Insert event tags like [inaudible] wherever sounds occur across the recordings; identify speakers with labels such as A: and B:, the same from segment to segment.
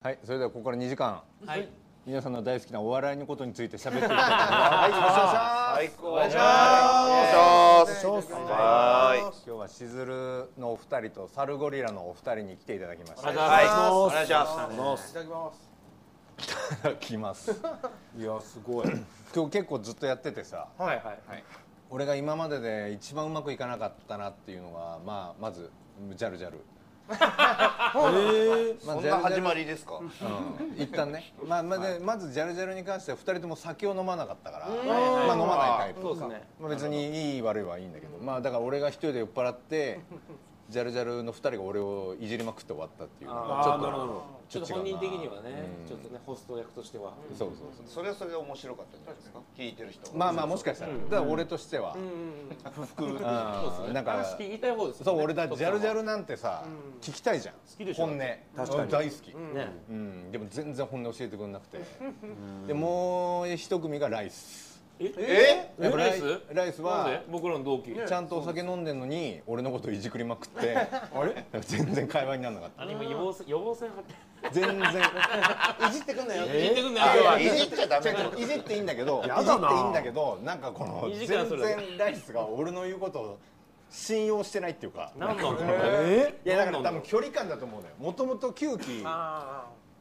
A: はい、それではここから2時間、
B: はい
A: 皆さんの大好きなお笑いのことについて喋っていきたいと
C: はい、お願いします。お願いします。は
A: 今日はしずるのお二人とサルゴリラのお二人に来ていただきました
B: あり
C: い、
B: が
C: はい、
B: と
C: お
B: うござ
C: 願
B: い
C: いします。
A: いただきます
C: いや、すごい。
A: 今日結構ずっとやっててさ
C: はい、はい、
A: 俺が今までで一番うまくいかなかったなっていうのが、まあ、まずジャルジャルええ
D: そんな始まりですか。
A: うん、一旦ね、まあまあでまずジャルジャルに関しては2人とも酒を飲まなかったから、まあ、飲まないタイプ
B: そうですね
A: まあ、別にいい悪いはいいんだけど、まあ、だから俺が一人で酔っ払って
B: [laughs]
A: ジャルジャルの2人が俺をいじりまくって終わったっていうのがちょっと
B: ちょっと本人的にはね
A: うん
B: ちょっとねホスト役としては
A: そうそうそう
D: それはそれで面白かったんじゃないですか。聞いてる人は。
A: まあまあもしかしたら、だから俺としては、
B: 服 [laughs] そうですね
A: なんか
B: 話聞いたい方ですよ
A: そ
B: ね
A: う俺だジ
B: 徳さ
A: ャ
B: んは
A: ルジャルなんてさ、聞きたいじゃん好
B: きでしょ
A: 本音
C: 確かに
A: 大好き、
B: ね
A: うん、でも全然本音教えてくれなくてでもう一組がライス
B: え
A: やっぱ
B: ライス
A: ライス
B: なん
A: は
B: で僕らの同期
A: ちゃんとお酒飲んでんのに俺のこといじくりまくって [laughs] 全然会話にならなかっ
B: あれ今予防線予防線張って
A: た全然
C: いじってくんなよ。
B: 聞いてくん
D: いやい
B: ね
D: やいじっちゃダメだよ。
A: いじっていいんだけどいじ
C: や
A: っ
C: だ
A: て
C: ない
A: いんだけどなんかこの
B: い
A: 全
B: じからそれ
A: 然ライスが俺の言うことを信用してないっていうか
B: 何なんだ
C: え
A: いやだから多分距離感だと思うのよもともと9期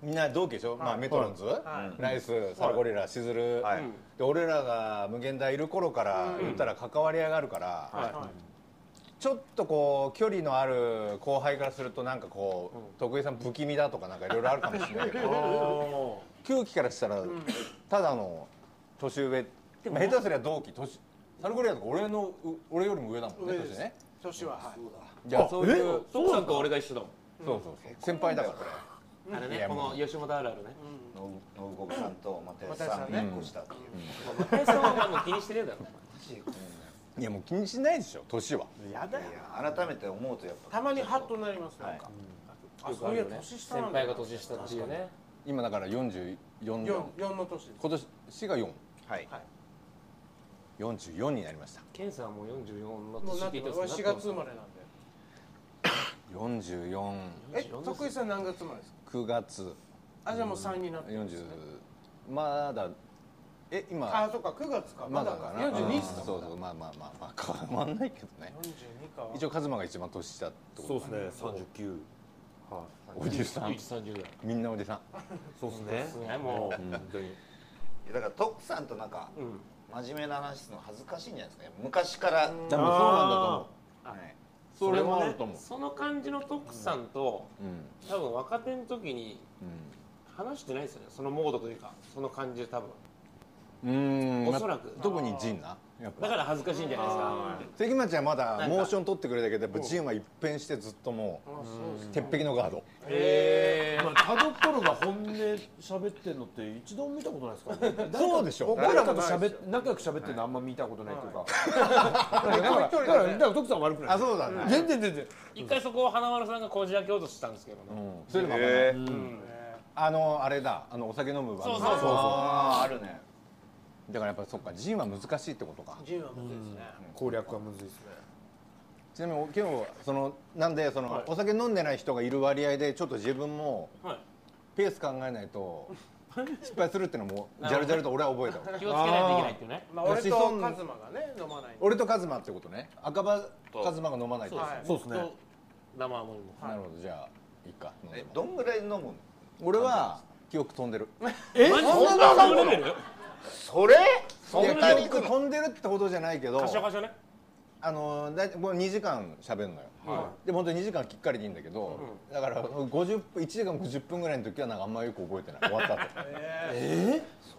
A: みんな同期でしょ、まあ、メトロンズ、ライスサルゴリラしずる、
D: はい
A: で俺らが無限大いる頃から言ったら関わり合いがあるから、ちょっとこう距離のある後輩からするとなんかこう、徳井さん不気味だとかなんかいろいろあるかもしれないけど9期からしたらただの年上まあ下手すりゃ同期年サルゴリラとか俺のう俺よりも上だもんね年ね
E: 年は、はい、
A: じゃあそういうそう
B: 徳さんと俺が一緒だも
A: そうそう先輩だから
B: んあれ
A: い
B: ね
A: や
B: こ
A: も
B: の
A: う
B: 吉本あるあるね
D: の信子さんと又吉さんね、こしたっていう。
B: 松井さんはもう気にしてねえだろ
A: いやもう気にしないでしょ年は
E: やだよ
D: いや改めて思うとやっぱ。
E: たまにハッとなりますなんか、
B: よ
E: あ
B: く
E: そ
B: あ
E: う
B: る
E: い
B: よ
E: や
B: ね
E: 年下
B: 先
E: なんだ
B: 輩が年下っていうね
A: 今だから44だ
E: 四四の年です
A: 今年が
D: はい。
A: 444になりました
B: ケンさんはもう44の
E: もう
B: 年
E: な
B: っ
E: ってて
B: 言
E: ま
B: っ
E: す
B: て
E: わ
B: ます
E: 4月生まれなんで
A: 449
E: え徳井さん何月生まれですか
A: 月
E: あじゃあもう3になってるんです
A: 40
E: ね
A: まだえ今
E: あそっか九月か
A: ま
E: ま
A: だ
E: だ
A: か
E: か
A: な。
E: 42っ
A: うん
E: すか
A: そうそう、まあまあまあまあ変わんないけどね。
E: 42か
A: 一応カズマが一番年下ってこと
C: そうで
A: か
C: すね。三十九。は
A: おじさん。
B: 30代
A: みんなおじさん。
C: い。そうですね
B: すごいもう
C: 本当に。
D: だから徳さんとなんか
B: うん
D: 真面目な話するの恥ずかしいんじゃないですか。昔から。
A: 多分そうなんだと思う。
D: はい。
A: それもあると思う。
B: その感じの徳さんと
A: うん
B: 多分若手の時に話してないですよねそのモードというかその感じで多分
A: うん。うん。
B: おそらく
A: ま特にジンな。やっ
B: だか
A: ぱ。
B: ら恥ずかしいんじゃないですか
A: 関町はまだ
B: なんか
A: モーション取ってくれたけど、やっぱジンは一変してずっとも
E: あそうです
A: う
E: ね
A: 鉄壁のガード。
B: え
C: まあタドポロが本音喋ってんのって一度も見たことないですからね。
A: そうでしょ。
C: 僕らと喋っ仲良く喋ってるのあんま見たことないというか。だからだ
E: 一
C: か
E: 人でね
C: らだから徳さん悪くない
A: あ、。そうだね。
C: 全然全然。
B: 一回そこを花丸さんがこじ開けようとしたんですけど
A: う
B: ね
A: ん。そういうのもあんまない
D: ええ。
A: あのあれだ。あのお酒飲む場
B: そうそうそう
D: ああ、あるね。
A: う。だからやっぱそっか。ジンは難しいってことか。
E: ジンはむずいですね
C: 攻略はむずいですね。
A: ちなみに今日そのなんでその、お酒飲んでない人がいる割合でちょっと自分も
B: はい
A: ペース考えない
B: [laughs]
A: と失敗するってのもジャルジャルと俺は覚えたわ
B: 気をつけないといけないっていうね
E: まあ俺
A: 子
E: と
A: 孫
E: カズマがね飲まないんで
A: 俺とカズマってことね赤羽カズマが飲まないってこと
E: はい
C: そうですね。
B: 生ハムにも
A: なるほどじゃあいいか飲んで
D: え
A: も、
D: どんぐらい飲むの。
A: 俺は記憶飛んでる
B: えそんなそのレベル
D: それ。
A: い
D: そ
A: や
D: んな
A: 記
D: に行
A: 憶
D: くの。
A: 飛んでるってほどじゃないけど
B: カシャカシャね
A: あのだいもう2時間喋るのよ、で本当に2時間きっかりでいいんだけど、だから50分1時間50分ぐらいの時はなんかあんまよく覚えてない終わった後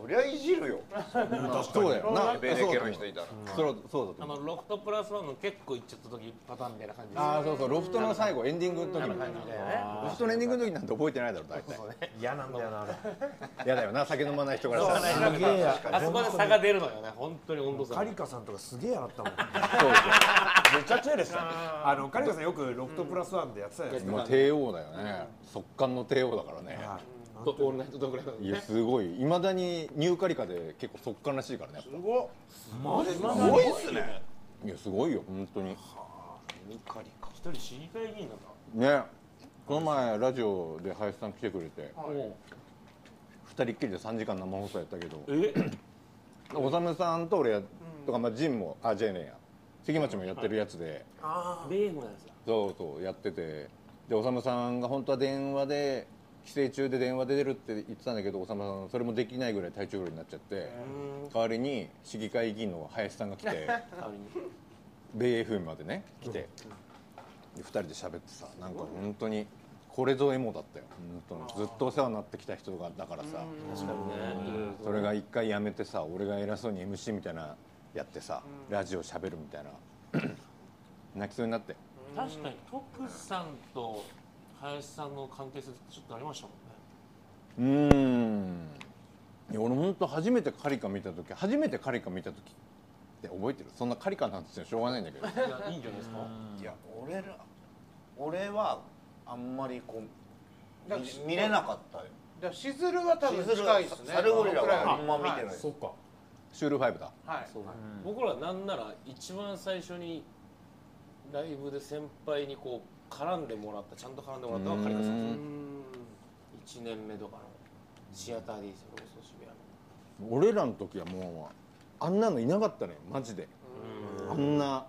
D: そりゃいじるよ。
A: そうだよな
D: ベベレケの人いたら。
A: それはそうだと
B: あ
A: 思う
B: のロフトプラスワンの結構いっちゃった時パターンみたいな感じです
A: ああそうそうロフトの最後エンディングの時の
B: 感じだよね
A: ロフトのエンディングの時なんて覚えてないだろ大体
C: 嫌なんだよな。
A: 嫌だよな酒飲まない人からしたら
C: すげえや。
B: あそこで差が出るのよね本当に温度差
C: カ
B: が
C: リカさんとかすげえやったもん。
A: そう
C: めちゃくちゃ嫌でした。あのカリカさんよくロフトプラスワンでやってたじゃない
A: そ
C: で
A: う
C: す
A: も
C: か。
A: う帝王だよね速乾の帝王だからね
B: とオールナイトどぐらいなん
A: い
B: で
A: やすごいいまだにニューカリカで結構速乾らしいからねやっぱ
D: すごいっすね。
A: いやすごいよ本当に
B: 一人市議会議員なんだ
A: ねこの前ラジオで林さん来てくれて
B: お
A: 2人っきりで3時間生放送やったけど
B: え
A: おさむさんと俺やとか、まあ、ジンもあジェーネや関町もやってるやつで、
E: あ
B: ゲームなんですよ
A: そうそうやっててでおさむさんが本当は電話で帰省中で電話で出るって言ってたんだけどおさむさんそれもできないぐらい体調不良になっちゃって代わりに市議会議員の林さんが来て
B: 代わりに
A: 米 FM までね来てで2人で喋ってさなんか本当にこれぞエモだったよ本当にずっとお世話になってきた人がだからさ
B: 確かにね
A: それが一回やめてさ俺が偉そうに MC みたいなやってさラジオ喋るみたいな [clears throat] 泣きそうになって
B: 確かに徳さんと林さんの関係性ってちょっとありましたもん
A: う
B: ね
A: ーんいや俺本当初めてカリカ見た時初めてカリカ見た時って覚えてるそんなカリカなんて言ってもしょうがないんだけど
B: いやいいんじゃないですか
D: いや俺ら俺はあんまりこう
E: だっ
D: 見
E: て
D: 見れなかったよ
E: あしずるは多分近いですね
D: サルゴリラ
E: 僕ら
D: は
E: よ
D: あ
E: り
D: んま見てない
E: は
D: です、
B: か
A: シュールファイブだ
E: はい
B: そう僕らなんなら一番最初にライブで先輩にこう絡んでもらったちゃんと絡んでもらったのはカリカさん
A: う
B: で
E: う
A: ー
E: ー
B: す
E: ん
B: 1年目とかのシアターディーズの渋谷の
A: 俺らの時はもうあんなのいなかったねマジであんな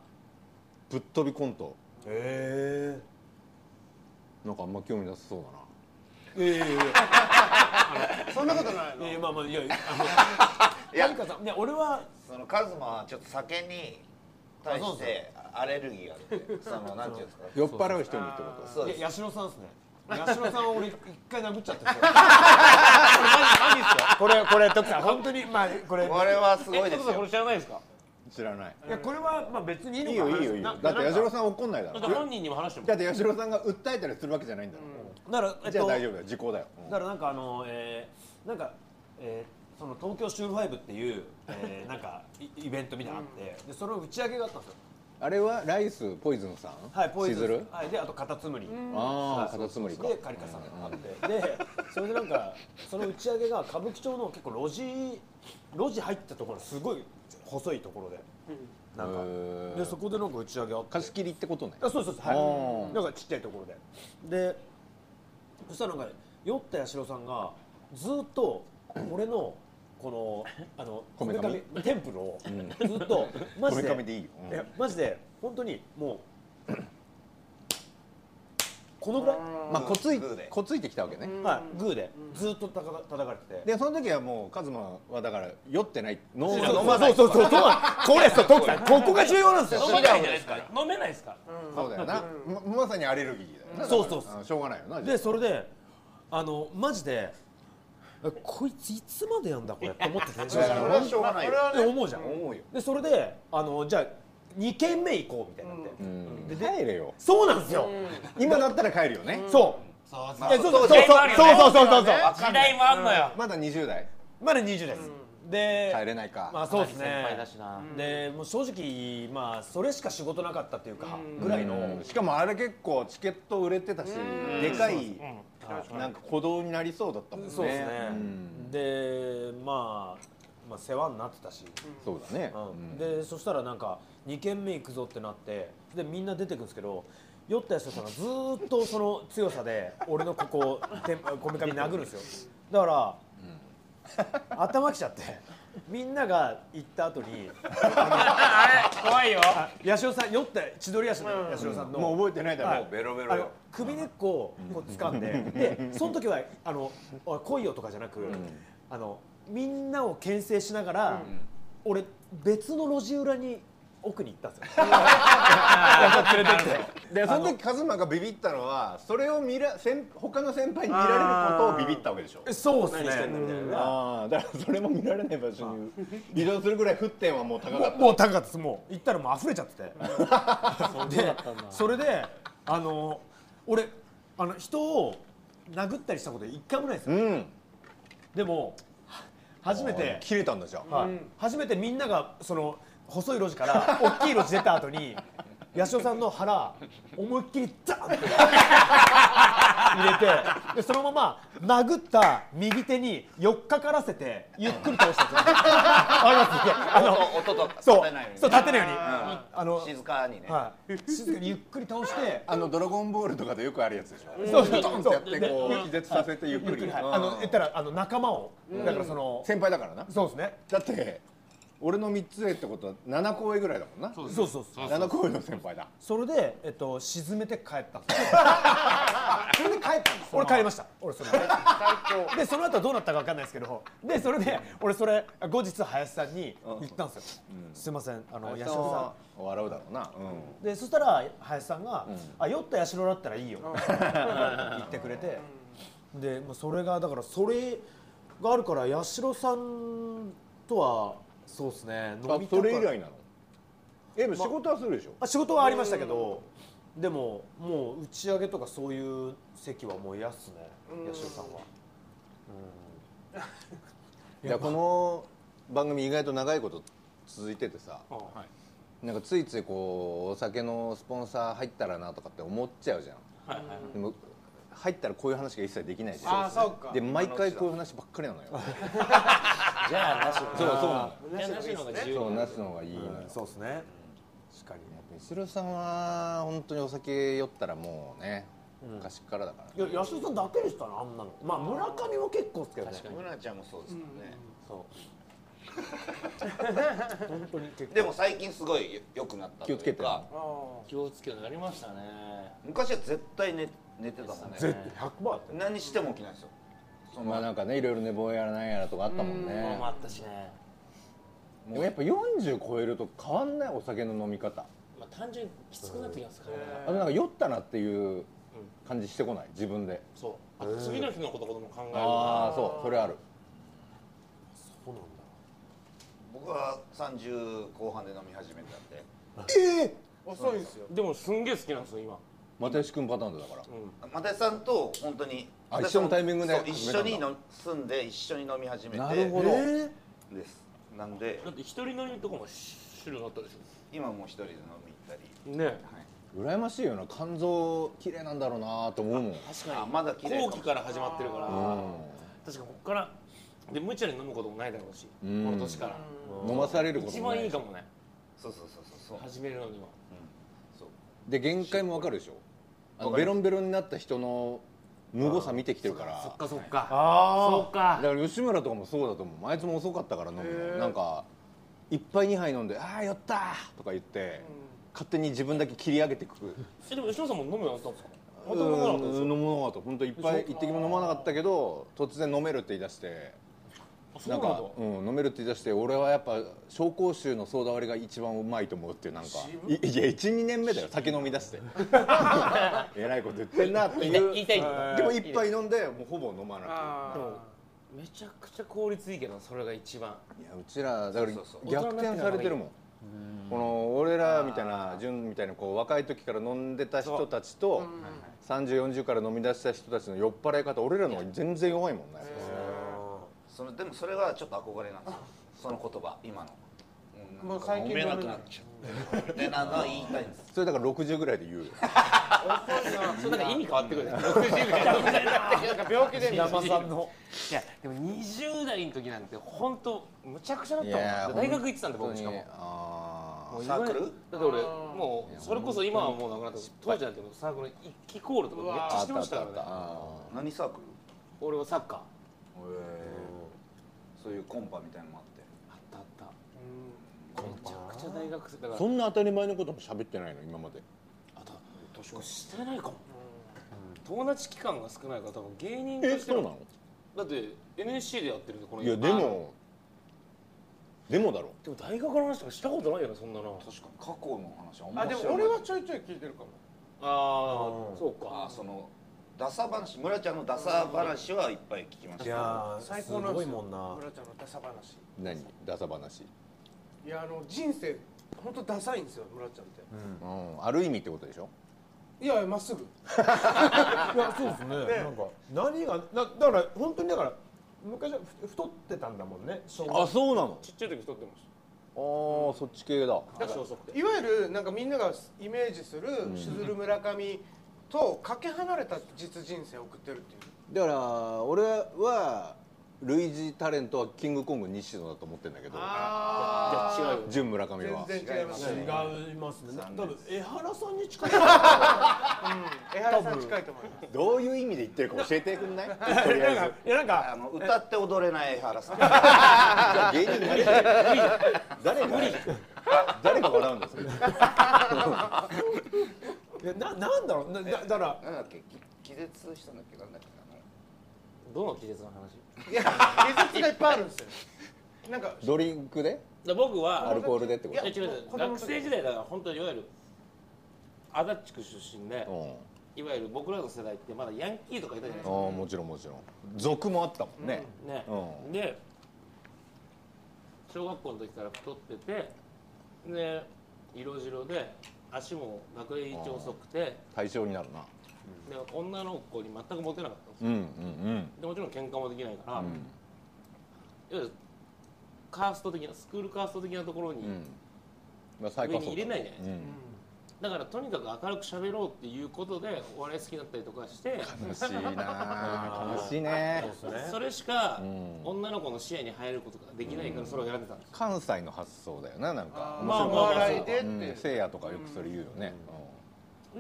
A: ぶっ飛びコント
C: え
A: なんかあんま興味なさそうだな
E: そんなことない
B: いや
E: の
B: まあまあいや
D: いや
B: カさんね俺は
D: そのカズマはちょっと酒に対してアレルギーがあってそのなんていうんですか
A: 酔っ払う人にってこ
D: そうです
B: や八代さんですね八代さんを俺一回殴っち
A: [laughs]
B: ゃったんですよ
C: これこれ徳さん本当にまあこれ
D: これはすごい
B: え
D: で
B: 徳
D: す
B: さんこ
D: よ
B: れ知らないですか
A: と知らない
B: いやこれはまあ別にいい
A: い
B: の
A: いよ
B: かない
A: いよいい
B: な
A: よだって八代
B: ん
A: さん怒んないだ
B: だって
A: ろ
B: 本人にも話しても
A: だって八代さんが訴えたりするわけじゃないんだろ、
F: だから、えっ
A: じゃあ
F: と、
A: 大丈夫だよ時効だよ、うん
F: だからなんかあの、えーなんか、えーその東京シュールファイブっていう、えーなんかイイベントみたいなのがあって、でそれの打ち上げがあったんですよ。
A: あれはライスポイズンさん
F: はい、ポイズ
A: しずる
F: ン、はい、であとカタツムリ、
A: ああカ
F: そう
A: タツムリか
F: でカリカさんがあって、でそれでなんかその打ち上げが歌舞伎町の結構路地路地入ったところすごい細いところで、
A: なんか
F: でそこでなんか打ち上げあって、
A: 貸し切りってことね
F: あそうそうそう
A: お
F: は
A: ー
F: いなんかちっちゃいところででそしたらなんか酔った八代さんがずっと俺のこのあの
A: こめかみ
F: こめテンプルをずっとマジで
A: こめかみでいいようん
F: やマジで本当にもうこのぐらい、
A: まあこつい
D: グーで
A: こついてきたわけね
F: はい、グーでずっとたか叩かれてて。
A: でその時はもうカズマはだから酔ってない飲ま
F: そう
A: 飲まない
F: そうそうそうそうこれそう徳さん [laughs] ここが重要なんですよ
B: 飲めないじゃないですか飲めないですか
A: そうだよなままさにアレルギーだよな
F: そうそうそう
A: あしょうがないよな
F: でそれであのマジでこいついつまでやんだこれって思ってて正
E: [laughs]
D: だから
F: 直
D: これはしょうがないよ
F: で思うじゃん
A: 思うよ
F: でそれであのじゃあ2軒目行こうみたいになっ
A: う
F: て、
A: んで帰れよ
F: そうなんですよ、
A: 今だったら帰るよね
F: そう
B: そう
F: いやそうそうそうそう
B: だいぶあるよね
F: そうそうそうそう
B: 時代もあんのよ
A: まだ20代
F: まだ20です、で
A: 帰れないか
F: まあそうですね
C: 先輩だしな
F: でもう正直まあそれしか仕事なかったっていうか、ぐらいの、
A: うんしかもあれ結構チケット売れてたしでかいなんか鼓動になりそうだったもんね
F: そうですねで、まあ、まあ世話になってたし、
A: そうだね
F: うんでそしたらなんか2軒目行くぞってなってでみんな出てくんですけど酔った人さんがずーっとその強さで俺のここをてんこめかみ殴るんですよだから、頭きちゃってみんなが行った後に
B: あれ怖いよ
F: 八代さん酔った千鳥足の八代さんの、
A: もう覚えてないだろ
F: はいう
A: ベロベ
F: あの首根っこをこう掴 [laughs] んで、でその時はあのおい来いよとかじゃなく、あのみんなを牽制しながら、俺別の路地裏に奥に行ったんですよ。連れてって。
A: でその時カズマがビビったのはそれを見ら先他の先輩に見られることをビビったわけでしょ
F: え [laughs] そうですね。
A: ああだからそれも見られない場所に移動するぐらい沸点はもう高かっ
F: もうもう高かったです。もう行ったらもう溢れちゃってて。 [laughs] でそれであの俺あの人を殴ったりしたこと一回もないんです
A: たう
F: よ。
A: ん
F: でもは初めて。
A: 切れたんだじゃん
D: [laughs]
F: はい初めてみんながその細い路地から大きい路地出た後に八代さんの腹思いっきりザーンって入れてでそのまま殴った右手によっかからせてゆっくり倒したんですよあのあの
D: 音と
F: そ
D: 立て
F: う
D: ないように
F: そう立てないように
D: あ
F: あの、
D: 静かにね、
F: はい、静かにゆっくり倒して
A: あのドラゴンボールとかでよくあるやつでしょ
F: そうそう
A: ドンってやってこう気絶させてゆっ
F: ゆ
A: く
F: っく
A: り
F: り、はい、
A: うん
F: あの言ったらあの仲間をだからその、
A: 先輩だからな
F: そうですね
A: だって俺の3つ上ってことは7個上ぐらいだもんな
F: そうそうそう
A: 7個上の先輩だ
F: それで、えっと、沈めて帰ったんです [laughs] よそれで帰ったんです俺帰りました俺それででその後どうなったか分かんないですけどでそれで俺それ後日林さんに言ったんですよ、すいませんあの八代
A: 林
F: さん
A: は笑うだろうな、
F: でそしたら林さんが「あ酔った八代だったらいいよ」言ってくれてで、まあ、それがだからそれがあるから八代さんとはそうですね
A: うん
F: 飲
A: あ
F: みた
A: そ
F: く
A: れ以来なのえ仕事はするでしょ
F: あ仕事はありましたけどでももう打ち上げとかそういう席はもうやっすね八代さんは。
A: いやこの番組意外と長いこと続いててさ、なんかついついこうお酒のスポンサー入ったらなとかって思っちゃうじゃん、でも入ったらこういう話が一切できないし
E: あーそうか
A: で毎回こういう話ばっかりなのよ
B: じゃあなし
A: そうそうなのよ
B: いやなしの方が自由
A: そうなすの方がいいのよ、
F: そうですね確かに
A: ミスルさんは本当にお酒酔ったらもうね昔っからだからね、
F: いや八代さんだけでしたねあんなのまあ村上も結構っすけどね
D: ムナちゃんもそうですからね、
F: 本当に結構
D: でも最近すごい良くなったというか
A: 気をつけてな
B: 気をつけるようになりましたね
D: 昔は絶対寝寝てたもんね
F: 絶対100%だった
D: 何しても起きないですよ
A: まあなんかねいろいろ寝坊やらなんやらとかあったもんね
B: もあったしね、
A: もうやっぱ40超えると変わんないお酒の飲み方
B: まあ、単純にきつくなってきますからね、
A: あとなんか酔ったなっていう感じしてこない自分で
B: そうあと次の日のことも考える
A: ああそうそれある
F: そうなんだ
D: 僕は30後半で飲み始めたんで
E: 遅いんですよ
B: でもすんげえ好きなんですよ今
A: 又吉君パターンだから、
D: 又吉さんと本当に
A: あ一緒のタイミングで
D: そう一緒
A: 始
D: に
A: めた
D: の住んで一緒に飲み始めて
A: なるほど、
D: ですなんで
B: だって一人乗りとかも知るようになったでし
D: 今もう一人で飲み行ったり
B: ょね
A: 羨ましいよな肝臓綺麗なんだろうなと思うもん
B: 確か
D: あ
B: に
D: まだ綺麗かも
B: 後期から始まってるから、確かにここからで無茶に飲むこともないだろうし、
A: うん
B: この年から、
A: 飲まされること
B: 一
A: もな
B: 番
A: い
B: いいかもね
D: そうそうそうそうそう
B: 始めるのには
A: で限界もわかるでしょあのベロンベロンになった人の無ごさ見てきてるから
B: そっかそっか
F: あ
B: そう
A: だ
B: か
A: から吉村とかもそうだと思うあいつも遅かったから飲むのなんか一杯二杯飲んで「ああ酔った!」とか言って、勝手に自分だけ切り上げてくる
B: えでも吉野さんも飲むようになったんですか
A: う
B: ま
A: ん
B: た飲まなかったんですか
A: 飲むのかと本当いっぱい一滴も飲まなかったけど突然飲めるって言い出して
B: あそ
A: な
B: うなんんだ
A: かうん飲めるって言い出して俺はやっぱ紹興酒のソーダ割りが一番うまいと思うっていうなんかいいや12年目だよ酒飲み出して [laughs] えらいこと言ってんなっていう
B: 言いたい言いたい
A: でも一杯飲んでもうほぼ飲まなくて
E: あー
B: めちゃくちゃ効率いいけどそれが一番
A: いやうちらだから逆転されてるもんこの俺らみたいな潤みたいなこう若い時から飲んでた人たちと3040から飲み出した人たちの酔っ払い方俺らの方が全然弱いもんね
D: そのでもそれはちょっと憧れなんですよその言葉今の
E: もう最近
D: 飲めなくなっちゃうでなんか言いたいんです
A: それだから60ぐらいで言うよ
B: そうなんか意味変わってくるね
E: 病気で
F: 山さんの
B: いやでも20代の時なんて本当むちゃくちゃだっ
A: いや
B: たもん大学行ってたんで僕しかも
A: 本当にあー
B: もう
D: サークル
B: いわゆるだって俺もうそれこそ今はもうなくなったけど当時なんてもうサークルの一気コールとかめっちゃしてましたからね
D: 何サークル
B: 俺はサッカーあ
D: そういうコンパみたいなのもあって
B: ったあっためちゃくちゃ大学生だから
A: そんな当たり前のことも喋ってないの今まで
B: あと年越ししてないかも友達期間が少ないから多分芸人としてはだって NSC でやってるんでこの
A: いやでもでもだろ
B: でも大学の話とかしたことないよねそんなの
D: 確かに過去の話あんま
E: あ
D: り
E: で
D: 知ら
E: も
D: ない
E: 俺はちょいちょい聞いてるかも
B: ああそう
D: あ
B: か
D: そのダサ話村ちゃんのダサ話はいっぱい聞きました
F: いやー
E: 最高なん
F: す
E: で
F: ご
E: す
F: い
E: よ
F: もんな
E: 村ちゃんのダサ話
A: 何ダサ話
E: いやあの人生本当ダサいんですよ村ちゃんって
A: うんある意味ってことでしょ
E: いやいやまっすぐ
F: いやそうですねなんか何がなだから本当にだから昔はふ太ってたんだもんね小学
A: そうなの
B: ちっちゃい時太ってまし
A: ああそっち系だ
E: だか
B: 足遅く
E: らいわゆるなんかみんながイメージするしずる村上とかけ離れた実人生を送ってるっていう
A: だから俺は類似タレントはキングコング西野だと思ってんだけど
E: あ
B: いや違うよ
A: 純村上は
E: 全然違いますね
F: 違いますね多分江原さんに [laughs] 近い
E: 江原さん近いと思います
A: どういう意味で言ってるか教えてくんないとり
F: なん
A: あ
F: かいやなんか
D: あの歌って踊れない江原さん
A: えず芸人になりたい誰が誰が笑うんですか
F: いやななんだろうなだだから
D: なんだっけき気絶したんだっけなんだっけな
B: どの季節の話
E: いや技術がいっぱいあるんですよなんか
A: ドリンクで
B: だ僕
A: ア
B: は
A: ルコールでってこ
E: いや
B: いや違う違う
E: 子供の
B: 学
E: 時
B: 生時代だから本当にいわゆる足立区出身で、
A: と
B: いわゆる僕らの世代ってまだヤンキーとかいたじゃないです
A: う
B: か、
A: んああもちろんもちろん俗もあったもんね、
B: ね
A: う
B: で小学校の時から太っててで色白で足も学年一遅くて
A: 対象になるな
B: で女の子に全くモテなかったんです
A: うんうん
B: でもちろん喧嘩もできないから、
A: うん
B: いわゆるカースト的なスクールカースト的なところに、
A: うんうんまあ最高
B: 上に入れないじゃないです
A: か、
B: だからとにかく明るく喋ろうっていうことでお笑い好きになったりとかして
A: うん、悲しいなあ悲しいね
B: それしか
A: うん
B: 女の子の視野に入ることができないからそれをやってたんです
A: 関西の発想だよななんか
E: まあ
B: まあ
E: お
B: まあ
E: 笑いでっ
A: うん、
E: て
A: せいやとかよくそれ言うよね、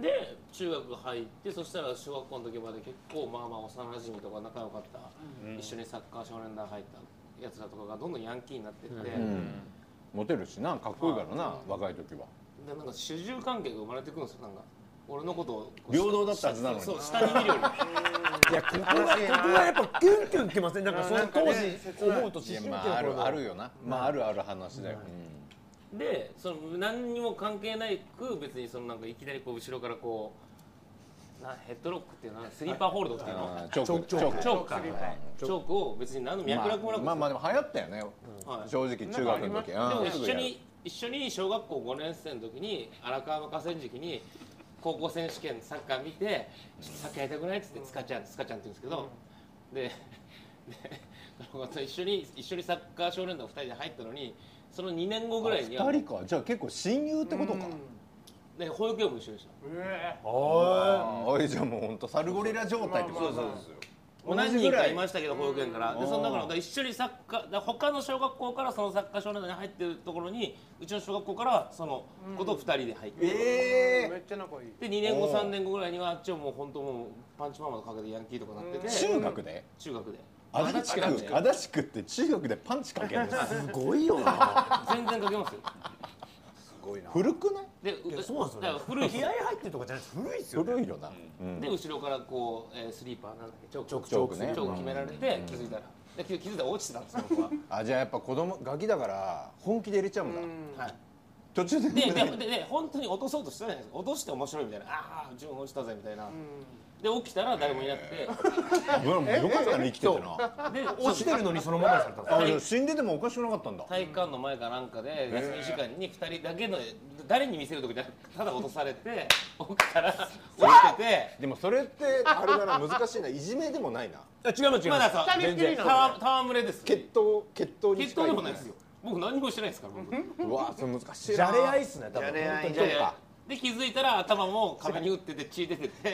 B: で中学入ってそしたら小学校の時まで結構まあまあ幼馴染とか仲良かった、一緒にサッカー少年団入ったやつらとかがどんどんヤンキーになってって、
A: うんモテるしなかっこいいからな、若い時は
B: でなんか主従関係が生まれてくるんですよなんか俺のことをこう
A: 平等だったはずなのに
B: そう下に見るより
F: いやここはここはやっぱキュンキュンきませんなんかその当時思うと思春
A: いや
F: 期
A: ま
F: の
A: ああ
F: 頃
A: る
F: の
A: あるよな、まああるある話だよ、
B: でその何にも関係ないく別にそのなんかいきなりこう後ろからこうなヘッドロックっていうのはスリーパーホールドっていう
A: うん
B: の
A: あーチョークチョーク
B: チョークかチョークを別に何の脈絡もなく
A: まあまあでも流行ったよね、
B: はい
A: 正直中学の時
B: でも
A: うんすぐ
B: 一緒
A: やる
B: に一緒に小学校5年生の時に荒川の河川敷に高校選手権サッカー見てサッカーやりたくないっつって塚ちゃん塚ちゃんって言うんですけど、ででその子と一緒に一緒にサッカー少年団2人で入ったのにその2年後ぐらいには
A: 二人かじゃあ結構親友ってことか、
B: で保育園も一緒でした
A: あーおいじゃあもう本当サルゴリラ状態ってこと
E: まあまあまあ
A: すよ
B: 同じ人かいましたけど保育園からでその中のだから一緒にサッカーだから他の小学校からそのサッカー少年団に入ってるところにうちの小学校からその子と2人で入って、
A: え
E: めっちゃ仲いい
B: で2年後
A: おー
B: 3年後ぐらいにはあっちはもう本当もうパンチママのかけてヤンキーとかなってて
A: ー、中学で
B: 中学で
A: 足立区足立区って中学でパンチか
B: [laughs]
A: けるのすごいよな
B: 全然かけますよ
A: 古くない
B: で
F: いやそうなんですよね
B: だから古い
F: [laughs] 気合入ってるとかじゃないです古いっすよね
A: 古いよな、うん
B: で後ろからこう、えースリーパーなんだっけチョーク
F: チョーク
A: チョークね
B: チョーク決められて気づいたらで気気づいたら落ちてたんですよ僕は
A: あじゃあやっぱ子供ガキだから本気で入れちゃうんだ、
B: はい
A: 途中で
B: でで
A: [laughs]
B: でで本当に落とそうとしたじゃないですか落として面白いみたいなああ自分落ちたぜみたいなで起きたら誰もいなくて
A: うわもうよかったね生きててな
B: で
F: 落ちてるのに [laughs] そのままにされたんですよ
A: あじゃあ死んでてもおかしくなかったんだ
B: 体育館の前かなんかで休み時間に2人だけの誰に見せるとかじゃなくてただ落とされ
F: [laughs]
B: て起きたら落ちてて。
A: でもそれってあれだな難しいないじめでもないな
F: あ違います違い
B: ま
F: ま
B: だ
F: す
B: さ全然たわ戯れです
A: 血統血統に
B: 決闘でもないですよ僕何もしてないですから僕
A: うわそれ難しいな
F: じゃれ合いっすね多分
D: じゃれ合い
F: 本当に
D: じゃれ合い
B: で気づいたら頭も壁に打ってて血出てて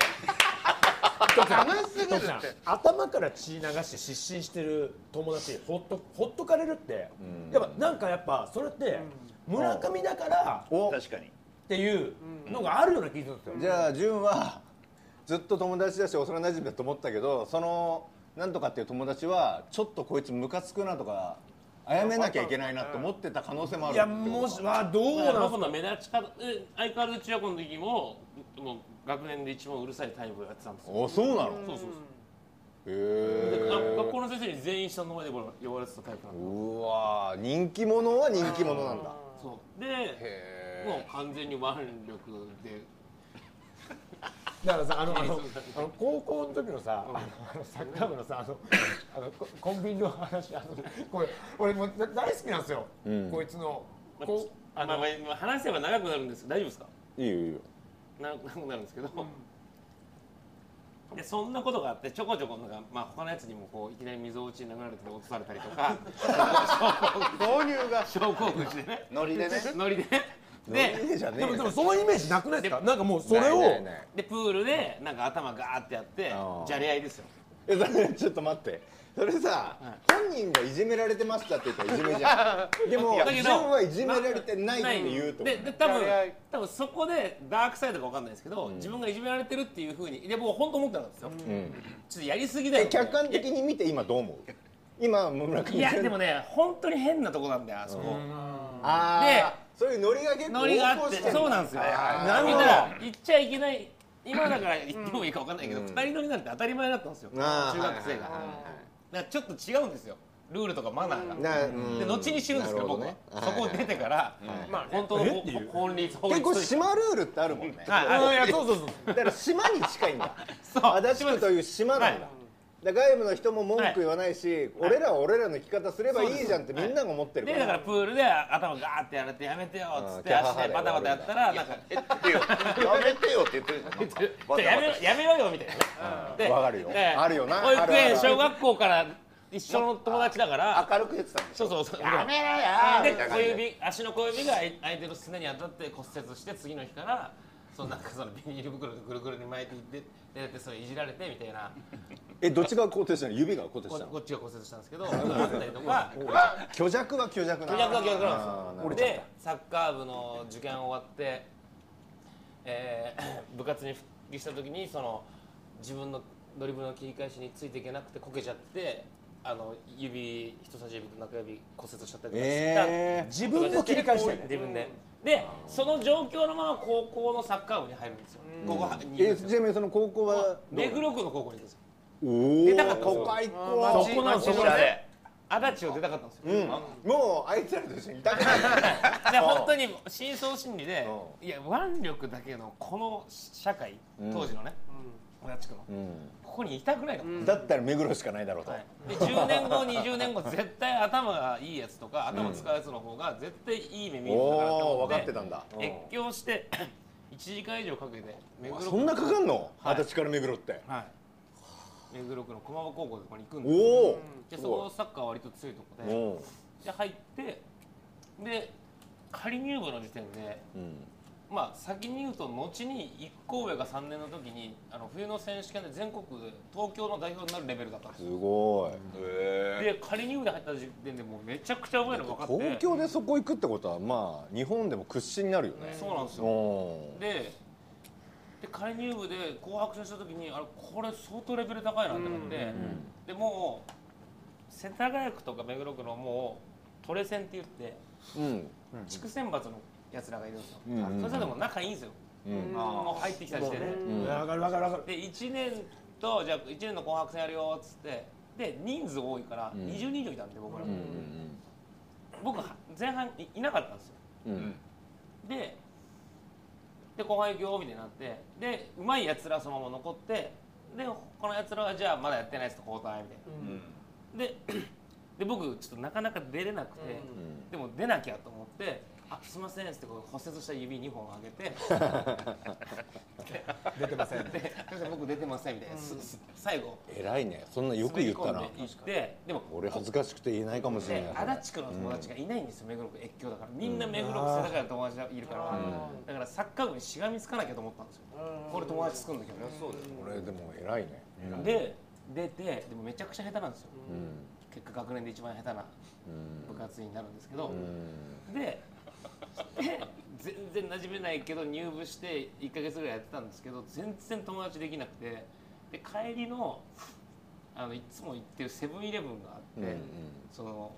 E: 楽しすぎる
F: 徳さん頭から血流して失神してる友達ほっとほっとかれるって、やっぱなんかやっぱそれって村上だから
A: お
D: 確かに
F: っていうのがあるような気がするんですよ、
A: じゃあ潤はずっと友達だし幼馴染だと思ったけどそのなんとかっていう友達はちょっとこいつムカつくなとかあめなきゃいけないなと思ってた可能性もある
F: いやもしはどう
B: だから
F: なん
B: 僕の目立ち方え相変わらず中学校の時ももう学年で一番うるさいタイプをやってたんですよ
A: おそうなの
B: そうそうそう
A: へ
B: で
A: え
B: 学校の先生に全員下の前で呼ばれてたタイプなんで
A: うわー人気者は人気者なんだ
B: そうで
A: へ
B: もう完全に腕力で
F: だからさあのあのあの高校の時のさ、あのあのサッカー部のさあのあのココンビニの話あのこれ俺もうだ大好きなんですよ、こいつのこう
B: まあまあまあ話せば長くなるんですけど大丈夫ですか
A: えいいよいいよ
B: 長くなるんですけど、でそんなことがあってちょこちょこなんか、まあ、他のやつにもこういきなり溝落ちに殴られて落とされたりと
A: [laughs]
B: か
E: 導入が
B: 症候群してね
D: ノリ
B: [laughs]
D: でね
B: ノリで
A: ノリ
B: で
A: でじゃねえ
F: で
A: よ
F: もでもそのイメージなくないですかなんかもうそれを
A: ないないない
B: でプールでなんか頭ガーってやって
A: あー
B: じゃれ合いですよ
A: えそれちょっと待ってそれさ、本人がいじめられてましたって言ったらいじめじゃ
F: [laughs]
A: んでも
B: だけ
A: 自
B: ど
A: 分はいじめられてないって言うと
B: でで多分
E: じゃれ合い
B: 多分そこでダークサイドかわかんないですけど、自分がいじめられてるっていうふうにで僕本当思ってなかったんですよ、
A: うん
B: ちょっとやりすぎだよ
A: え客観的に見て今どう思う今村上
B: い
A: [laughs]
B: やでも
A: ね
B: ね本当に変なとこなんだよあそこ、
A: ああそういうノリが結構
B: ノリがあって
A: 横行してんだ
B: そうなんですよ、
A: はいはいはい
B: なるほど言っちゃいけない今だから言ってもいいか分かんないけど、
A: うん
B: 二人乗りなんて当たり前だったんですよ、
A: あー
B: 中学生が、
A: はいはいはいはい
B: だからちょっと違うんですよルールとかマナーが、
A: なうん
B: で後に知るんですけど
A: な
B: 僕
A: ほ
B: は、
A: ね
B: そこを出てから、
E: まあね
B: 本当のほ法律法
A: 結
B: 律
A: 構島ルールってあるもんね
B: はいあ
F: うんいやそうそうそう
A: だから島に近いんだ
B: そう
A: 足立区という島なんだ、
B: は
A: だから外部の人も文句言わないし、俺らは俺らの生き方すればいいじゃんってみんなが思ってるか
B: で
A: ら、
B: だからプールで頭ガーってやられてやめてよっつって
A: うん
B: 足でバタバタやったらなんか
D: えってよやめてよって言ってるじゃんなんかバタバタ
B: やめろやめろよみたいなねで
A: わかるよ
B: で
A: あるよな
B: 保育
A: あるある
B: 園
A: ある
B: 小学校から一緒の友達だから
D: 明るく言ってたんで
B: そうそうそう
D: やめろよーみた
B: で
D: いな感じ
B: 小
D: で
B: 指足の小指が相手のすねに当たって骨折して次の日からそのなんかそのビニール袋でぐるぐるに巻いていってででそれいじられてみたいな
A: えどっちが肯定したの指が肯定
B: こ
A: したの
B: こっちが骨折したんですけどだったりと
D: [laughs]
B: か
A: 虚弱は虚弱な
B: 巨弱が
A: あーな
B: 巨弱なんで
A: るほ
B: すよ
A: ど
B: でサッカー部の受験終わって、えー [coughs] 部活に復帰した時にその自分のドリブルの切り返しについていけなくてこけちゃってあの指人差し指と中指骨折しちゃったりとかした、
A: えー
F: 自分も切り返してね
B: 自分ででその状況のまま高校のサッカー部に入るんですよ高校に行くん
A: え
B: です
A: ち
B: よ
A: なみにその高校はどう
B: 目黒区の高校に行くんですよ
A: おお
B: 出たかった
A: 都会っ
E: あ
A: 子
E: ー
B: ここなんですよ
D: おしゃれ
B: 足立を出たかったんですよ、
A: うんもうあいつらと一緒にいたくない
B: [laughs] で本当に深層心理で
A: う
B: いや腕力だけのこの社会
A: うん
B: 当時のね親地区のここにいたくないの、
A: だったら目黒しかないだろうと、
B: はい、で10年後20年後絶対頭がいいやつとか頭使うやつの方が絶対いい目見えるんだから
A: お
B: と
A: お分
B: 思
A: か
B: っ
A: って
B: て
A: たんだ
B: 越境して [coughs] 1時間以上かけて目
A: そんなかかんの
B: はい
A: 足立から目黒って
B: はい目黒区の駒場高校とかに行くん
A: お
B: で
A: お
B: でそこサッカーは割と強いとこ
A: う
B: で
A: ん
B: で入ってで仮入部の時点で
A: うん
B: まあ先に言うと後に一校上が3年の時にあの冬の選手権で全国で東京の代表になるレベルだったんです
A: す
B: よ
A: ごい
D: へ
B: で仮入部で入った時点でもうめちゃくちゃ上手いの分かって
A: 東京でそこ行くってことはまあ日本でも屈指になるよね
B: そうなんですよ
A: おー
B: でで仮入部で紅白戦した時にあれこれ相当レベル高いなと思って、でもう世田谷区とか目黒区のもうトレセンって言って
A: うん
B: 地区選抜のやつらがいるんですよ、
A: うんうんうん
B: それでも仲いいんですよ、
A: うん
B: もう入ってきた時点で、
A: うん
F: わかるわかるわかる
B: で1年とじゃあ1年の紅白戦やるよっつってで人数多いから
A: ん
B: 20人以上いたんで僕ら、
A: うん
B: 僕は前半いいなかったんですよ
A: うんうん
B: でで後半行くよみたいになってでうまいやつらそのまま残ってで他のやつらはじゃあまだやってないっすと交代みたいな、で [clears throat] で僕ちょっとなかなか出れなくて、でも出なきゃと思って「あすいません」っつってこう骨折した指2本上げて
F: [laughs] 出てません
B: 「で先生僕出てません」みたいな、すす最後
A: 偉いねそんなよく言ったな
B: 滑り込んで行ってでも
A: 俺恥ずかしくて言えないかもしれ
B: で
A: ない
B: 足立区の友達がいないんですよ、目黒区越境だからみんな目黒区世田谷の友達がいるから、だからサッカー部にしがみつかなきゃと思ったんですよ、これ友達作るんだけど、そう
A: 俺でも偉いね
B: で出てでもめちゃくちゃ下手なんですよ、
A: うん
B: 結果学年で一番下手な部活になるんですけど、
A: うん
B: でで全然馴染めないけど入部して1か月ぐらいやってたんですけど全然友達できなくてで帰りのあのいつも行ってるセブンイレブンがあって、
A: うんうん
B: その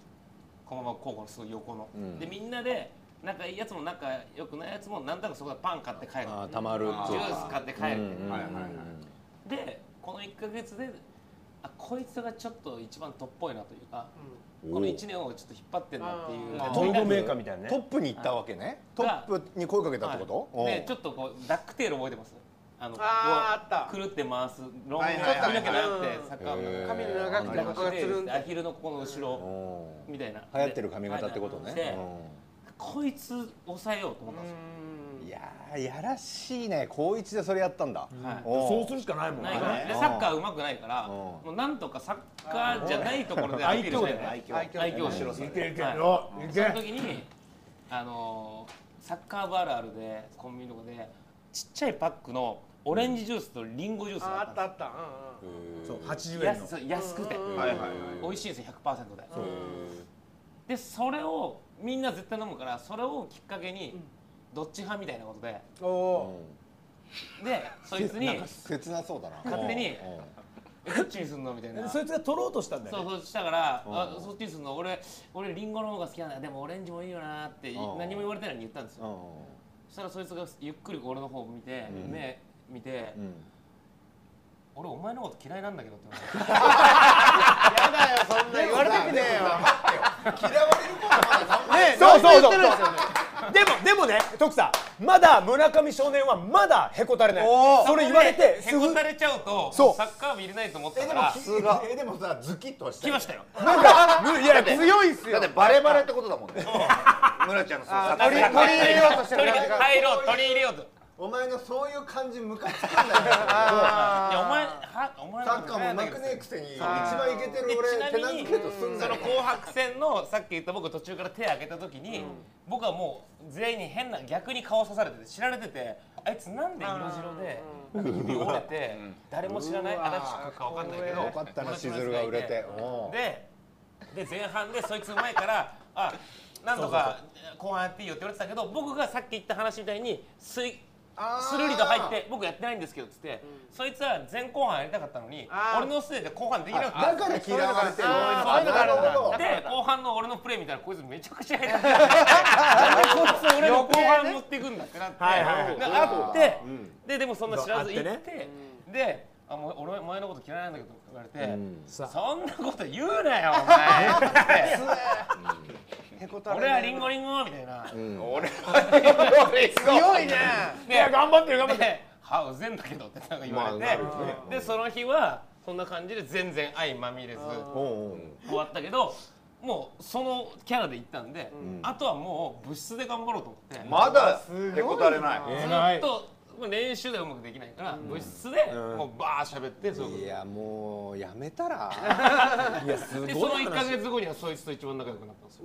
B: 駒場高校のすぐ横の、
A: うん
B: でみんなで仲いいやつも仲良くないやつもなんだかそこでパン買って帰る
A: ああたまるって
B: ジ
A: い
B: ュ
A: うか
B: ース買って帰る、
A: うんうん
C: はいはいはい
B: でこの1か月であこいつがちょっと一番トップっぽいなというか、
A: うん
B: この1年をちょっと引っ張ってんなっていう
E: あー
B: でと
F: ト
B: に
F: ン
B: か
F: ボ
B: く
F: メーカーみたいな
A: トッ
F: ね
A: プに行ったわけねトップに声かけたってこ
B: は
A: と
B: いでちょ
A: っ
B: っとこうダックテール覚えてますあの
E: あーあった
B: こう狂って回すロング
D: はいはいはいはい
B: 髪の毛長くてサッカー部
A: へ
B: の
A: ー
E: 髪の長くてここがつるん
B: で
E: で
B: アヒルのここの後ろみたいな
A: 流行ってる髪型ってこと
B: はいはい
A: ね
B: でこいつ抑えようと思ったんですよ
A: うんいやーやらしいね高一でそれやったんだ、
B: はい
A: おう
F: そうするしかないもん
B: な
F: ね
B: いからねでサッカーうまくないから、
A: うん
B: もうなんとかサッカーじゃないところで相手をして
D: 愛嬌
E: 愛嬌
B: 愛嬌しろそれはいその時にあのーサッカー部あるあるでコンビニとかでちっちゃいパックのオレンジジュースとリンゴジュース
E: あ
B: があ
E: あ
B: っ
E: ったた
B: ん
E: あったうんうん
F: そう80円
B: です
F: の
B: 安安くて
D: はいはいはい
B: 美味しいんですよ100%で
A: うん
B: でそれをみんな絶対飲むからそれをきっかけにどっち派みたいなことで
E: おお
B: でそいつに
A: なんか切なそうだな
B: 勝手に
A: うんうん
B: 「えどっちにすんの?」みたいな
F: そいつが取ろうとしたんだ
B: そ
F: よ
B: う
F: ね
B: そうしたから、
A: うん
B: あそっちにするの俺俺リンゴの方が好きなんだでもオレンジもいいよなってい
A: うん
B: 何も言われてないのに言ったんです
A: う
B: よ
A: ん
B: そしたらそいつがゆっくり俺の方を見て、
A: うん
B: 目見て、
A: うん
B: 俺お前のこと嫌いなんだけどって言われて
E: やだよそんな言われたくねえよ
F: そうそうそうでもでもね徳さんまだ村上少年はまだへこたれないそれ言われて
B: へ
F: すぐ
B: こたれちゃうと
F: そう
B: サッカー部入れないと思ったから
A: えでもさズキッとはした
B: 来
A: よ
B: ましたよ
F: いや
E: 強いっす
D: だ
E: よ
D: ってバレバレってことだもんね村ちゃんのそう
E: あ
D: サ
E: 取り取り入れようとしてる
B: 取り
E: 感じが
B: 入ろう取り入れようとい
A: お前のそういう感じムカつくんだ [laughs] よ
B: やお前はお前
A: サ
B: の
A: ッ
B: こ
A: カ
B: と嫌
A: ーも
B: いな
A: うんま
B: だけ
A: く
B: ど
A: ねえくせに一番イケてる
B: でちな
A: 俺
B: み
A: 手
B: に
A: なずけとすんな
B: そ
A: よ
B: の紅白戦のさっき言った僕途中から手挙げた時に、僕はもう全員に変な逆に顔刺されてて知られててあいつなんで色白でなんか首折れて誰も知らない足立区か分かんないけど
A: よかったなしずるが売れておう
B: でで前半でそいつうまいからあなんとか後半やっていいよって言われてたけど僕がさっき言った話みたいにすいスルリと入って僕やってないんですけどっつって、そいつは前後半やりたかったのに
E: あー
B: 俺のせいで後半できなくて
A: だから嫌われてる
E: あ
B: そういうのがあるんだ
A: なるほど
B: で後半の俺のプレー見たらこいつめちゃくちゃ下手だこいつ俺の後半持っていくんだってなって
F: はいはいはい
B: であって
A: うん
B: ででもそんな知らず行って
F: あって
B: であもう俺お前のこと嫌いなんだけどって言われて、
A: うん
B: そんなこと言うなよお前
E: へこたれ
B: 俺はリンゴリンゴみたいな
D: 俺は俺
E: 強いね
B: いや頑張ってる頑張って歯うぜんだけどってなんか言われて、
A: まあなるよね
B: でその日はそんな感じで全然愛まみれず
A: おうおう
B: 終わったけどもうそのキャラで行ったんで、あとはもう部室で頑張ろうと思って、
D: まだへこたれない
B: ず
F: 偉
B: っ
F: い
B: とまあ練習ではうまくできないから、部室でもうバー喋ってそう
A: い
B: いうこ
A: やもうやめたら
F: いやす
B: と
F: ごい
B: でその1か月後にはそいつと一番仲良くなったんですよ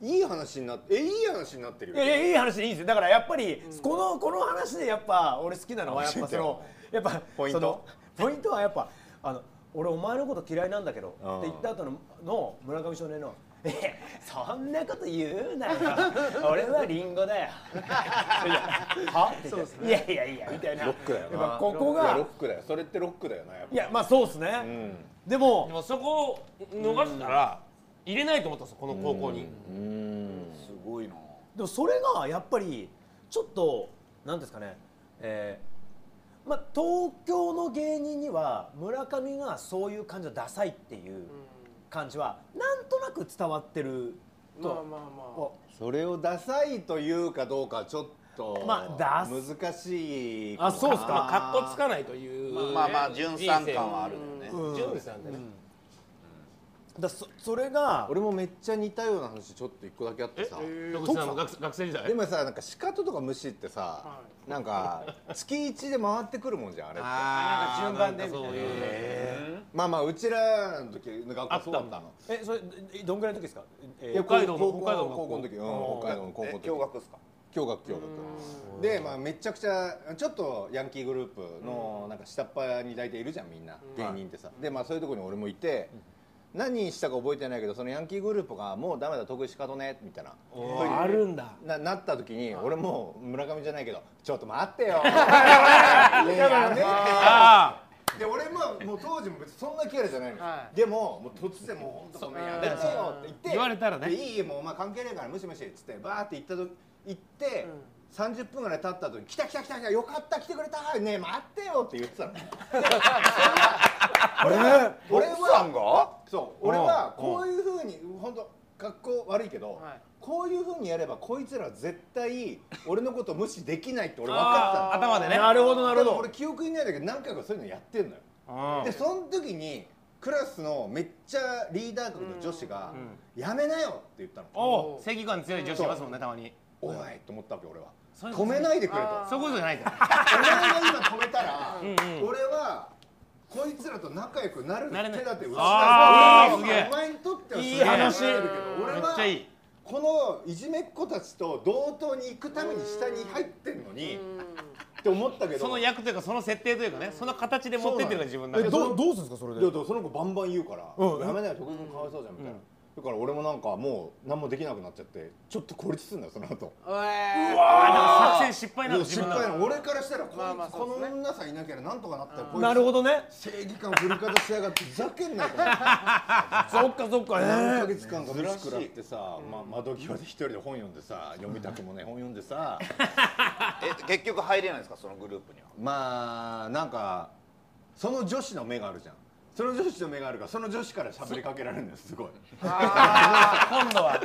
A: いい話になってえいい話になってる
F: い
A: よ
F: やいやいい話でいいんですよだからやっぱり、このこの話でやっぱ俺好きなのはやっぱそのやっぱ
A: ポイント
F: そのポイントはやっぱあの俺お前のこと嫌いなんだけど
A: うん
F: って言った後のの村上少年の「えそんなこと言うなよ俺はリンゴだよ」
A: [laughs]
F: はって言って「いやいやいや」みたいな
A: ロックだよな
F: やっぱ
A: い
F: ここ
A: やロ
F: が
A: ックだよそれってロックだよなやっ
F: いやまあそうです
A: ぱう
F: ね、
A: ん
F: でも
B: でもそこを逃したら入れないと思ったんですよこの高校に、
A: うん
D: すごいな
F: でもそれがやっぱりちょっとなんですかね、えーまあ、東京の芸人には村上がそういう感じのダサいっていう感じはなんとなく伝わってる
E: まあまあ
F: と、
E: ま
A: それをダサいというかどうかちょっと
F: まあダス
A: 難しい
F: あそうっすか
B: まあかっこつ
A: い
B: かないという、
D: まあまあ純酸感はあるよね
F: うん
B: 純さんだね、
F: だそそれが
A: 俺もめっちゃ似たような話ちょっと一個だけあってさ
B: 野口さんも学学生時代
A: でもさなんかシカトとか虫ってさなんか月一で回ってくるもんじゃんあれって
B: あー
E: なんか順番でみたい
B: そ
E: な
B: ういう、
A: まあまあうちらの時の学校そうだったの
F: えそれえどんぐらいの時ですか、え
A: いや
B: 北海道の
A: 高校
B: 北海道の学校
A: 高校の時うん北海道の高校
D: え
A: の時
D: 驚愕ですか
A: 共学共学でまあめちゃくちゃちょっとヤンキーグループのなんか下っ端に大体いるじゃんみんな芸人ってさでまあそういうとこに俺もいて何したか覚えてないけどそのヤンキーグループがもうダメだ得意しかとねみたいな
B: あるんだ
A: ななった時に俺もう村上じゃないけどちょっと待ってよ [laughs] ねえやめて
B: あ
A: で俺ももう当時も別にそんなキャラじゃないのよ、
E: は
A: でももう突然もうほんとごめんやめてよって言って
B: 言われたらね
A: でいいよもうお前関係ねえから無視無視っつってバーって行ったと行って、30分ぐらい経った後に来た来た来た来たよかった来てくれたねえ待ってよって言ってたので俺は俺は
D: さんが
A: そう俺はこういうふうに本当格好悪いけど、
E: はい
A: こういうふうにやればこいつらは絶対俺のこと無視できないって俺分か
B: あ
A: ってたの
B: 頭でね
F: なるほどなる
A: でも
F: ほ
A: 俺記憶にないんだけど何回かそういうのやってんのよ
B: うん
A: でその時にクラスのめっちゃリーダー格の女子が「やめなよ」って言ったの
B: おう正義感強い女子いますもんねたまに
A: おいと思ったわけ俺は止めないでくれと
B: そういうことじゃないんだよ
A: 俺が今止めたら
B: んうん
A: 俺はこいつらと仲良くなる手
B: なれない
A: 立てを打ち出す
B: あーすげえ
A: お前にとってはすげえ
F: いい話
A: けど俺
B: めっ
A: は
B: ちゃいい
A: このいじめっ子たちと同等に行くために下に入ってんのにって思ったけど
B: その役というかその設定というかねその形で持ってってるのが自分だ
A: え
B: か
A: ど
B: ら
A: う
F: どうするんですかそれ
A: いやだからその子バンバン言うから「
F: うん
A: やめなよ徳井君かわいそうじゃん」みたいな、だから俺もなんかもう何もできなくなっちゃってちょっと孤立するんだよその後
B: あでも作戦失敗な
A: もう
B: の自
A: 失
B: 分だか
A: 敗
B: ら
A: なの俺からしたらこ,、
E: まあまあそ
A: こ
E: う
A: の
E: ですね
A: 女さんいなきゃなんとかなったよこいつ
F: なるほどね
A: 正義感振り方しやがってふざけんなよこれ
F: そっかそっか
A: 何ヶ
F: ね
A: 月間寂しくらってさ、ま、窓際で一人で本読んでさ読みたくもね本読んでさ
D: え結局入れないんですかそのグループには
A: まあなんかその女子の目があるじゃんその女子の目があるからその女子から喋りかけられるんですすごい
B: 今度は